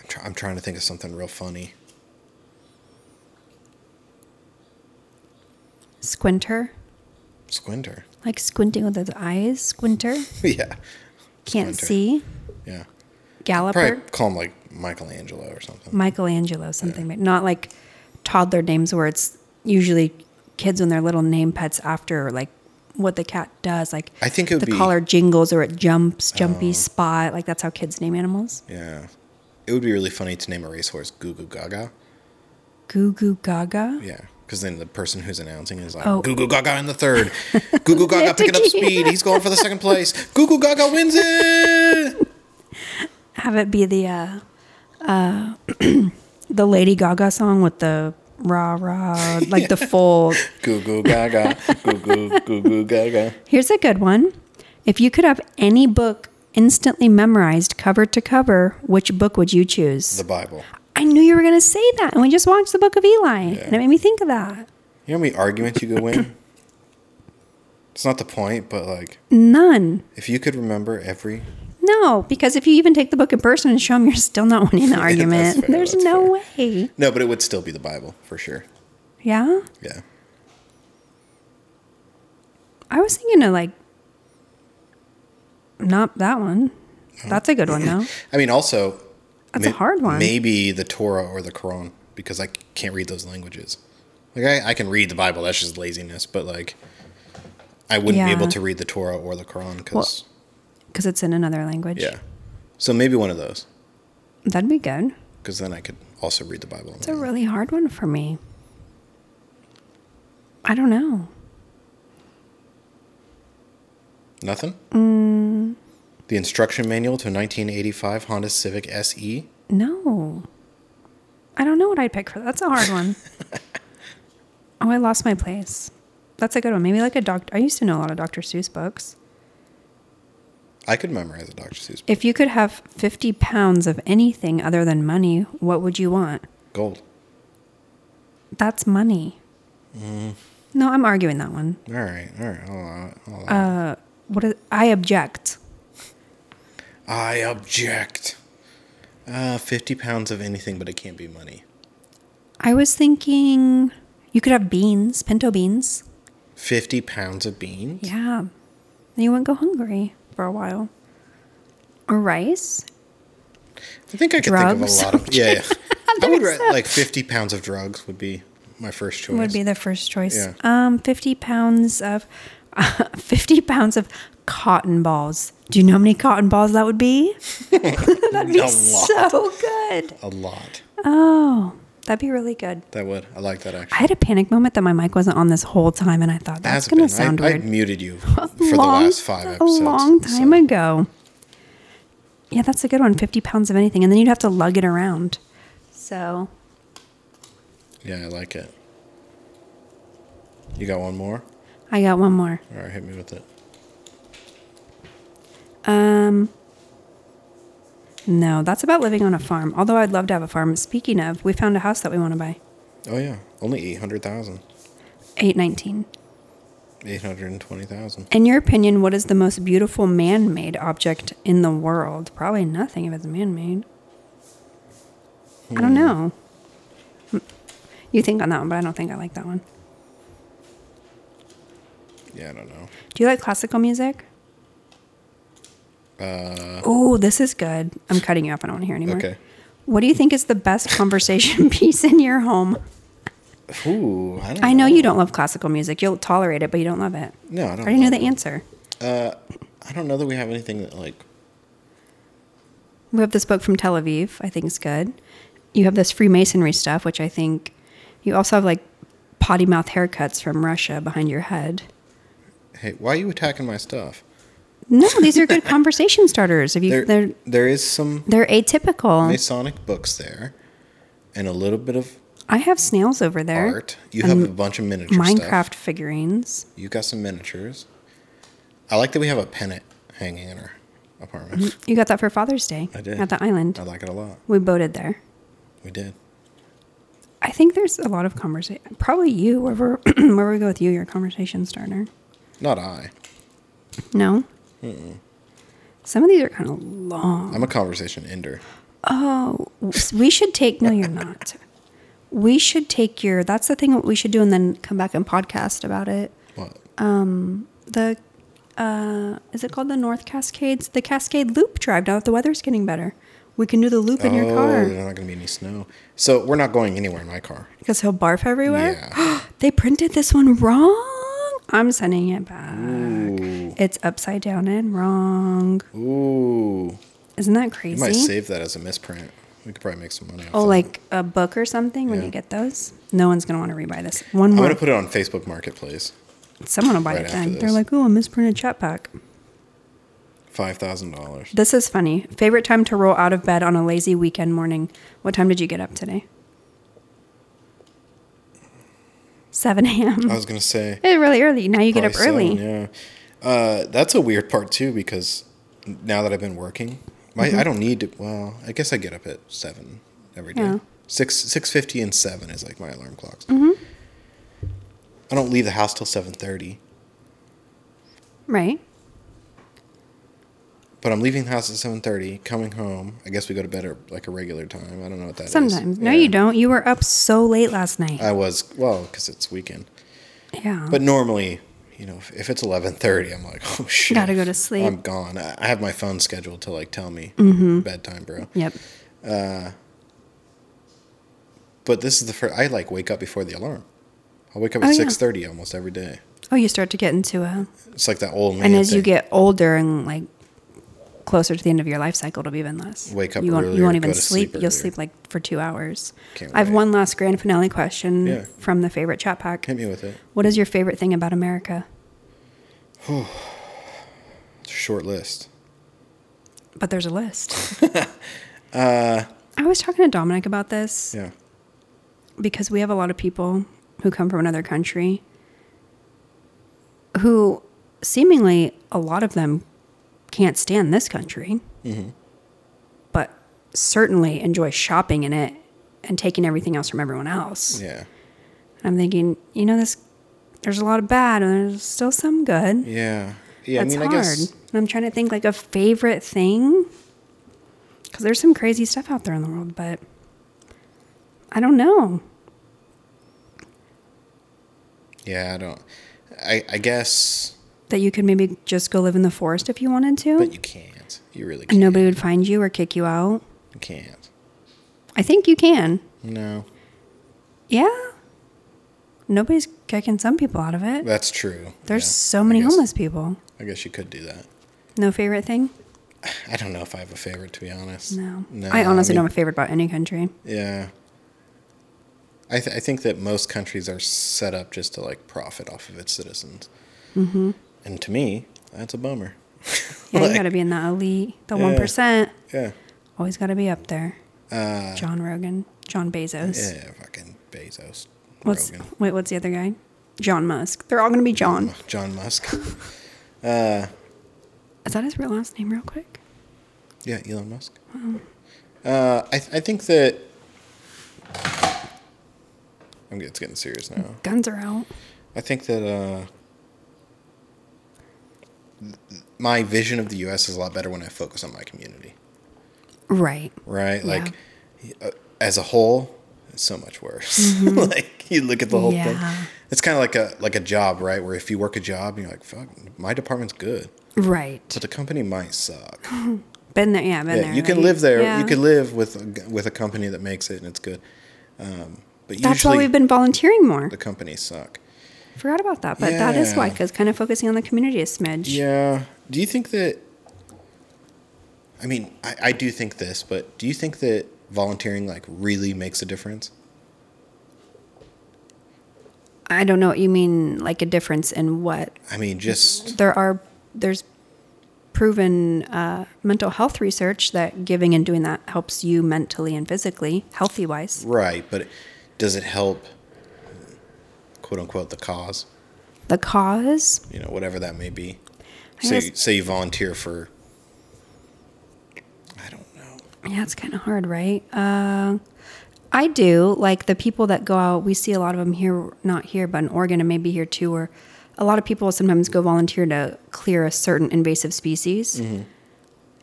S2: I'm, try- I'm trying to think of something real funny.
S3: Squinter.
S2: Squinter.
S3: Like squinting with his eyes. Squinter.
S2: yeah.
S3: Can't
S2: Squinter.
S3: see.
S2: Yeah.
S3: Galloper.
S2: Probably call him like Michelangelo or something.
S3: Michelangelo, something, but not like toddler names where it's usually kids when they're little name pets after like what the cat does, like
S2: I think it would
S3: the
S2: be- Oh.
S3: collar jingles or it jumps, jumpy spot, like that's how kids name animals.
S2: Yeah. It would be really funny to name a racehorse Goo Goo Gaga.
S3: Goo Goo Gaga.
S2: Yeah. Because then the person who's announcing is like,
S3: Oh.
S2: Goo Goo Gaga in the third. Goo Goo Gaga picking up
S3: Dickie.
S2: speed. He's going for the second place. Goo Goo Gaga wins it.
S3: Have it be the uh, uh, the Lady Gaga song with the rah rah, like the full.
S2: Goo Goo Gaga. Goo Goo Goo Goo Gaga.
S3: Here's a good one. If you could have any book instantly memorized cover to cover, which book would you choose?
S2: The Bible.
S3: I knew you were going to say that. And we just watched the book of Eli. And it made me think of that.
S2: You know how many arguments you could win? It's not the point, but like,
S3: None.
S2: if you could remember every.
S3: No, because if you even take the book in person and show them, you're still not winning the
S2: that's
S3: argument.
S2: fair,
S3: There's
S2: that's
S3: no way.
S2: No, but it would still be the Bible for sure.
S3: Yeah.
S2: Yeah.
S3: I was thinking of like, not that one.
S2: Mm.
S3: That's a good one, though.
S2: I mean, also.
S3: That's a hard one.
S2: Maybe the Torah or the Quran because I c- can't read those languages. Like I, I can read the Bible. That's just laziness. But like, I wouldn't be able
S3: Yeah.
S2: to read the Torah or the Quran because
S3: Because it's in another language.
S2: yeah. So maybe one of those
S3: That'd be good.
S2: because then I could also read the Bible.
S3: It's a really hard one for me. I don't know.
S2: Nothing.
S3: Mm.
S2: The instruction manual to a 1985 Honda Civic E? SE.
S3: No. I don't know what I'd pick for that. That's a hard one. oh, I lost my place. That's a good one. Maybe like a doctor. I used to know a lot of Dr. Seuss books.
S2: I could memorize a Dr. Seuss book.
S3: If you could have 50 pounds of anything other than money, what would you want?
S2: Gold.
S3: That's money. No, I'm arguing that one.
S2: All right, all right. I'll allow it, I'll allow it.
S3: What is, I object.
S2: I object. Uh, 50 pounds of anything, but it can't be money.
S3: I was thinking you could have beans, pinto beans.
S2: 50 pounds of beans?
S3: Yeah. Then you wouldn't go hungry for a while. Or rice.
S2: I think I could
S3: Drugs?
S2: think of a lot of yeah. yeah. I would
S3: Drugs.
S2: ra- like fifty pounds of drugs would be my first choice.
S3: would be the first choice.
S2: Yeah.
S3: Um, fifty pounds of fifty pounds of cotton balls. Do you know how many cotton balls that would be?
S2: that'd
S3: Be
S2: a lot.
S3: so good.
S2: a lot.
S3: Oh, that'd be really good.
S2: That would. I like that
S3: I
S2: actually.
S3: had a panic moment that my mic wasn't on this whole time, and I thought that's
S2: Hasn't
S3: gonna
S2: been.
S3: sound
S2: I, I
S3: weird.
S2: muted you for the
S3: Long-
S2: last five episodes.
S3: A long time
S2: so-
S3: ago. Yeah, that's a good one. Fifty pounds of anything, and then you'd have to lug it around. So
S2: Yeah, I like it. You got one more?
S3: I got one more.
S2: All right, hit me with it.
S3: Um, no, that's about living on a farm. Although I'd love to have a farm. Speaking of, we found a house that we want to buy.
S2: Oh yeah, only 800,000.
S3: Eight nineteen.
S2: 820,000.
S3: In your opinion, what is the most beautiful man-made object in the world? Probably nothing if it's man-made. I don't know. Hmm. You think on that one, but I don't think I like that one.
S2: Yeah, I don't know.
S3: Do you like classical music? Uh, oh, this is good. I'm cutting you off. I don't want to hear anymore.
S2: Okay.
S3: What do you think is the best conversation piece in your home?
S2: Ooh, I don't
S3: I know you don't love classical music. You'll tolerate it, but you don't love it.
S2: No, I
S3: I
S2: don't.
S3: already know
S2: know.
S3: the answer.
S2: I don't know that we have anything that like
S3: We have this book from Tel Aviv. I think is good. You have this Freemasonry stuff, which I think. You also have like potty mouth haircuts from Russia behind your head.
S2: Hey, why are you attacking my stuff?
S3: No, these are good conversation starters. If you,
S2: There,
S3: they're
S2: there is some
S3: they're atypical.
S2: Masonic books there, and a little bit of
S3: I have snails over there. Um,
S2: art. You have a bunch of miniature
S3: Minecraft
S2: stuff.
S3: figurines.
S2: You got some miniatures. I like that we have a pennant hanging in our apartment.
S3: You got that for Father's Day
S2: I did
S3: Mm-hmm. at the island.
S2: I like it a lot.
S3: We boated there.
S2: We did.
S3: I think there's a lot of conversation. Probably you, wherever wherever we go with you, your conversation starter.
S2: Not I.
S3: No. Some of these are kind of long.
S2: I'm a conversation ender.
S3: Oh, we should take. No, you're not. We should take your. That's the thing that we should do, and then come back and podcast about it.
S2: What?
S3: The, uh, is it called the North Cascades? The Cascade Loop Drive. Now that the weather's getting better, we can do the loop in your
S2: Oh,
S3: car
S2: there's not going to be any snow. So we're not going anywhere in my car.
S3: because he'll barf everywhere.
S2: Yeah.
S3: they printed this one wrong. I'm sending it back. It's upside down and wrong.
S2: Ooh.
S3: Isn't that
S2: You
S3: crazy?
S2: might save that as a misprint. We could probably make some money. Off
S3: Oh,
S2: that.
S3: like a book or something when
S2: Yeah.
S3: you get those? No one's going to want to rebuy this. One
S2: I'm
S3: more.
S2: going to put it on Facebook Marketplace.
S3: Someone will buy
S2: right
S3: it
S2: after
S3: then. They're
S2: this.
S3: like, oh, a misprinted chat pack.
S2: Five thousand dollars.
S3: This is funny. Favorite time to roll out of bed on a lazy weekend morning. What time did you get up today? 7 a.m.
S2: I was gonna say.
S3: It's really early. Now you get up
S2: Uh, probably
S3: early.
S2: seven, yeah. Uh, that's a weird part too because now that I've been working, my
S3: Mm-hmm.
S2: I don't need. To, well, I guess I get up at seven every day.
S3: Yeah.
S2: Six six fifty and seven is like my alarm clocks.
S3: Mm-hmm.
S2: I don't leave the house till seven thirty,
S3: Right?
S2: but I'm leaving the house at seven thirty. Coming home, I guess we go to bed at like a regular time. I don't know what that is.
S3: Sometimes. No,
S2: Yeah.
S3: you don't. You were up so late last night.
S2: I was well because it's weekend.
S3: yeah.
S2: But normally, you know, if, if it's eleven thirty, I'm like, oh shit,
S3: Gotta go to sleep. Mm-hmm.
S2: I'm gone. I I have my phone scheduled to like tell me bedtime, bro.
S3: yep.
S2: But this is the first. I like wake up before the alarm. I wake up
S3: Oh,
S2: at
S3: yeah.
S2: six thirty almost every day.
S3: Oh, you start to get into a.
S2: It's like that old man.
S3: And as you
S2: thing.
S3: get older and like closer to the end of your life cycle, it'll be even less.
S2: Wake up
S3: you won't,
S2: earlier,
S3: you won't
S2: go
S3: even
S2: to
S3: sleep.
S2: sleep
S3: You'll
S2: earlier.
S3: sleep like for two hours.
S2: Can't
S3: I have
S2: wait.
S3: one last grand finale question
S2: Yeah.
S3: from the favorite chat pack.
S2: hit me with it.
S3: What is your favorite thing about America?
S2: It's a short list.
S3: But there's a list.
S2: Uh,
S3: I was talking to Dominic about this
S2: Yeah,
S3: because we have a lot of people who come from another country who seemingly a lot of them can't stand this country,
S2: Mm-hmm.
S3: but certainly enjoy shopping in it and taking everything else from everyone else.
S2: yeah,
S3: I'm thinking, you know, this there's a lot of bad and there's still some good.
S2: yeah, yeah.
S3: That's
S2: I mean,
S3: hard.
S2: I guess
S3: And I'm trying to think like a favorite thing because there's some crazy stuff out there in the world, but I don't know.
S2: yeah. I don't. I I guess,
S3: That you could maybe just go live in the forest if you wanted to,
S2: but you can't. You really
S3: and
S2: can't.
S3: nobody would find you or kick you out.
S2: You can't.
S3: I think you can.
S2: No,
S3: Yeah. Nobody's kicking some people out of it.
S2: that's true.
S3: There's
S2: Yeah,
S3: so
S2: I
S3: many
S2: guess-
S3: homeless people.
S2: I guess you could do that.
S3: No favorite thing?
S2: I don't know if I have a favorite to be honest.
S3: No. I honestly
S2: mean-
S3: don't have a favorite about any country.
S2: Yeah. I, th- I think that most countries are set up just to like profit off of its citizens. Mm-hmm. And to me, that's a bummer.
S3: Yeah, you
S2: Like,
S3: got to be in the elite, the
S2: Yeah.
S3: 1%.
S2: yeah.
S3: Always got to be up there. John Rogan, John Bezos.
S2: Uh, Yeah, fucking Bezos.
S3: What's
S2: Rogan.
S3: wait? What's the other guy? John Musk. They're all going to be John.
S2: John Musk.
S3: Is that his real last name, real quick?
S2: Yeah, Elon Musk. Uh, I, I think that. I'm, it's getting serious now.
S3: Guns are out.
S2: I think that uh, th- my vision of the U.S. is a lot better when I focus on my community,
S3: Right.
S2: right?
S3: Yeah.
S2: Like, uh, as a whole, it's so much worse. like, you look at the whole
S3: Mm-hmm. Yeah.
S2: thing. It's kind of like a like a job, right? Where if you work a job, and you're like, "Fuck, my department's good,
S3: Right.
S2: but the company might suck."
S3: Been there. Yeah, been
S2: Yeah,
S3: there.
S2: you can
S3: right?
S2: live there.
S3: Yeah.
S2: You can live with a g- with a company that makes it and it's good. Um, but
S3: That's
S2: usually
S3: why we've been volunteering more.
S2: the companies suck.
S3: Forgot about that, but that is why,
S2: Yeah.
S3: because kind of focusing on the community a smidge.
S2: Yeah. Do you think that? I mean, I, I do think this, but do you think that volunteering like really makes a difference?
S3: I don't know what you mean, like a difference in what.
S2: I mean, just
S3: There are, there's proven uh, mental health research that giving and doing that helps you mentally and physically, healthy wise.
S2: right, but does it help? "Quote unquote," the cause,
S3: The cause,
S2: you know, whatever that may be.
S3: I
S2: Say,
S3: guess-
S2: say you volunteer for. I don't know.
S3: Yeah, it's kind of hard, right? Uh, I do like the people that go out. We see a lot of them here, not here, but in Oregon and maybe here too. Or a lot of people sometimes go volunteer to clear a certain invasive species.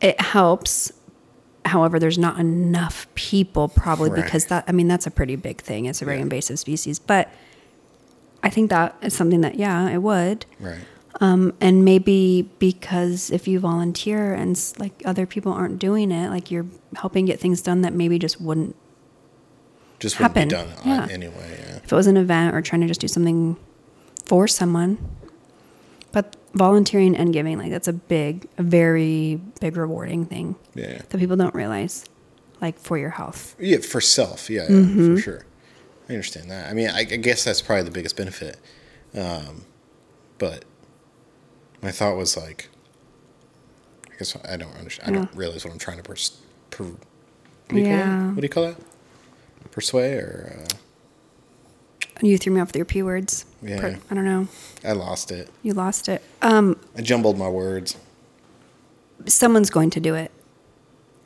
S3: It helps. However, there's not enough people probably
S2: Right.
S3: because that. I mean, that's a pretty big thing. It's a very
S2: Yeah.
S3: invasive species, but I think that is something that yeah, it would.
S2: Right.
S3: Um, and maybe because if you volunteer and s- like other people aren't doing it, like you're helping get things done that maybe just wouldn't.
S2: just wouldn't be
S3: happen.
S2: done on
S3: Yeah.
S2: anyway. Yeah.
S3: If it was an event or trying to just do something for someone, but volunteering and giving, like that's a big, a very big rewarding thing
S2: yeah,
S3: that people don't realize, like for your health.
S2: yeah, for self, yeah, yeah,
S3: Mm-hmm.
S2: for sure. I understand that. I mean, I, I guess that's probably the biggest benefit. Um, but my thought was like, I guess I don't understand. I don't
S3: Yeah.
S2: realize what I'm trying to pers- per. What do you call
S3: Yeah.
S2: that? What do you call that? Persuade or uh,
S3: And you threw me off with your P words.
S2: Yeah.
S3: I don't know.
S2: I lost it.
S3: You lost it. Um,
S2: I jumbled my words
S3: someone's going to do it.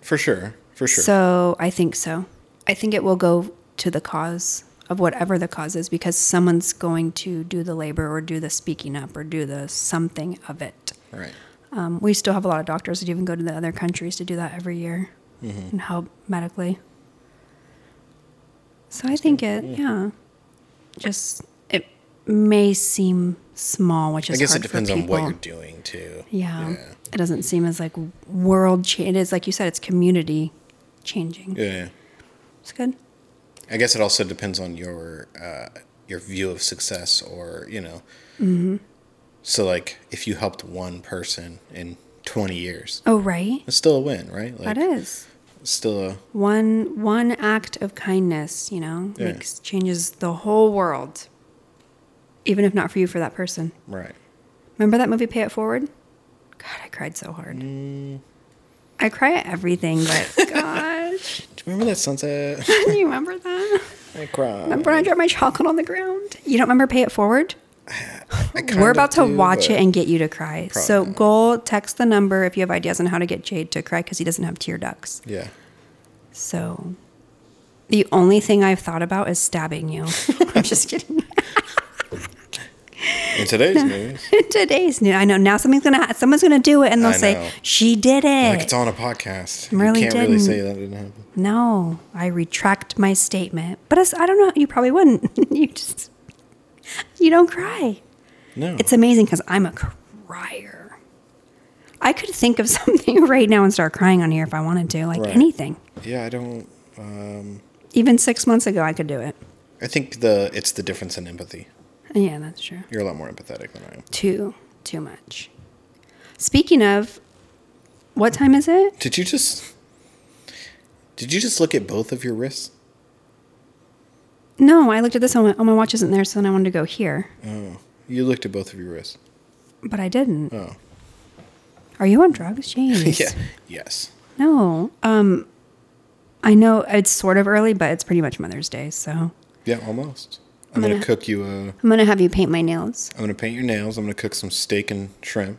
S2: for sure. For sure.
S3: So I think so. I think it will go to the cause of whatever the cause is because someone's going to do the labor or do the speaking up or do the something of it.
S2: right.
S3: Um, we still have a lot of doctors that even go to the other countries to do that every year
S2: Mm-hmm.
S3: and help medically. So I think it, yeah, just it may seem small, which
S2: I
S3: is
S2: guess it
S3: hard for
S2: depends on what
S3: people.
S2: you're doing too.
S3: Yeah.
S2: Yeah.
S3: It doesn't seem as like world cha- It is like you said, it's community changing.
S2: Yeah.
S3: It's good.
S2: I guess it also depends on your uh, your view of success, or you know.
S3: Mm-hmm.
S2: So like, if you helped one person in twenty years,
S3: Oh right.
S2: it's still a win, right? Like,
S3: That is.
S2: it's still a
S3: One one act of kindness, you know,
S2: Yeah.
S3: makes changes the whole world. Even if not for you, for that person.
S2: right.
S3: Remember that movie Pay It Forward? God, I cried so hard.
S2: Mm.
S3: I cry at everything, but gosh.
S2: Do you remember that sunset?
S3: Do you remember that?
S2: I cried.
S3: Remember when I dropped my chocolate on the ground? You don't remember Pay It Forward?
S2: I kind
S3: We're
S2: of
S3: about to
S2: do,
S3: watch
S2: but-
S3: it and get you to cry.
S2: Probably
S3: So,
S2: not.
S3: goal, text the number if you have ideas on how to get Jade to cry because he doesn't have tear ducts.
S2: yeah.
S3: So, the only thing I've thought about is stabbing you. I'm just kidding.
S2: In today's news,
S3: Today's new. I know now something's gonna ha- someone's gonna do it, and they'll
S2: I
S3: say
S2: know.
S3: she did
S2: like
S3: it.
S2: it's on a podcast,
S3: Really
S2: you can't really
S3: didn't.
S2: say that didn't happen.
S3: no, I retract my statement. But it's, I don't know. You probably wouldn't. you just you don't cry.
S2: No,
S3: It's amazing because I'm a crier. I could think of something right now and start crying on here if I wanted to, like
S2: Right.
S3: anything.
S2: yeah. I don't. Um,
S3: Even six months ago, I could do it.
S2: I think the it's the difference in empathy.
S3: Yeah, that's true.
S2: You're a lot more empathetic than I am.
S3: Too, too much. Speaking of, what time is it?
S2: Did you just? Did you just look at both of your wrists?
S3: No, I looked at this one. Oh, my watch isn't there, so then I wanted to go here,
S2: Oh, You looked at both of your wrists.
S3: but I didn't.
S2: Oh.
S3: Are you on drugs, James?
S2: Yeah. Yes.
S3: No. Um, I know it's sort of early, but it's pretty much Mother's Day, so
S2: Yeah, almost. I'm gonna cook you a.
S3: I'm gonna have you paint my nails
S2: I'm gonna paint your nails. I'm gonna cook some steak and shrimp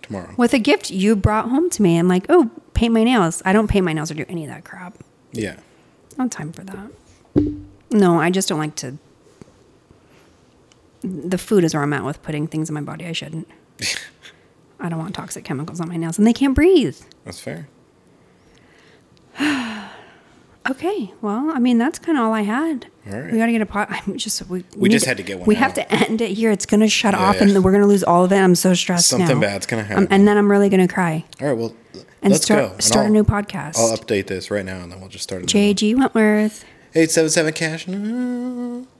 S2: tomorrow.
S3: with a gift you brought home to me. I'm like, oh, paint my nails. I don't paint my nails or do any of that crap.
S2: Yeah.
S3: No time for that. No, I just don't like to. The food is where I'm at with putting things in my body I shouldn't. I don't want toxic chemicals on my nails, and they can't breathe.
S2: That's fair.
S3: Okay, well, I mean that's kind of all I had.
S2: All right.
S3: We gotta get a pot. I'm just we,
S2: We
S3: need
S2: just had to get one
S3: We
S2: out.
S3: have to end it here. It's gonna shut off,
S2: yeah.
S3: and we're gonna lose all of it. I'm so stressed.
S2: Something
S3: now.
S2: bad's gonna
S3: Um,
S2: happen.
S3: and then I'm really gonna cry
S2: All right. Well,
S3: and
S2: let's
S3: start
S2: go. And
S3: start
S2: I'll-
S3: a new podcast.
S2: I'll update this right now, and then we'll just start. another one.
S3: JG Wentworth.
S2: Eight seven seven cash. No.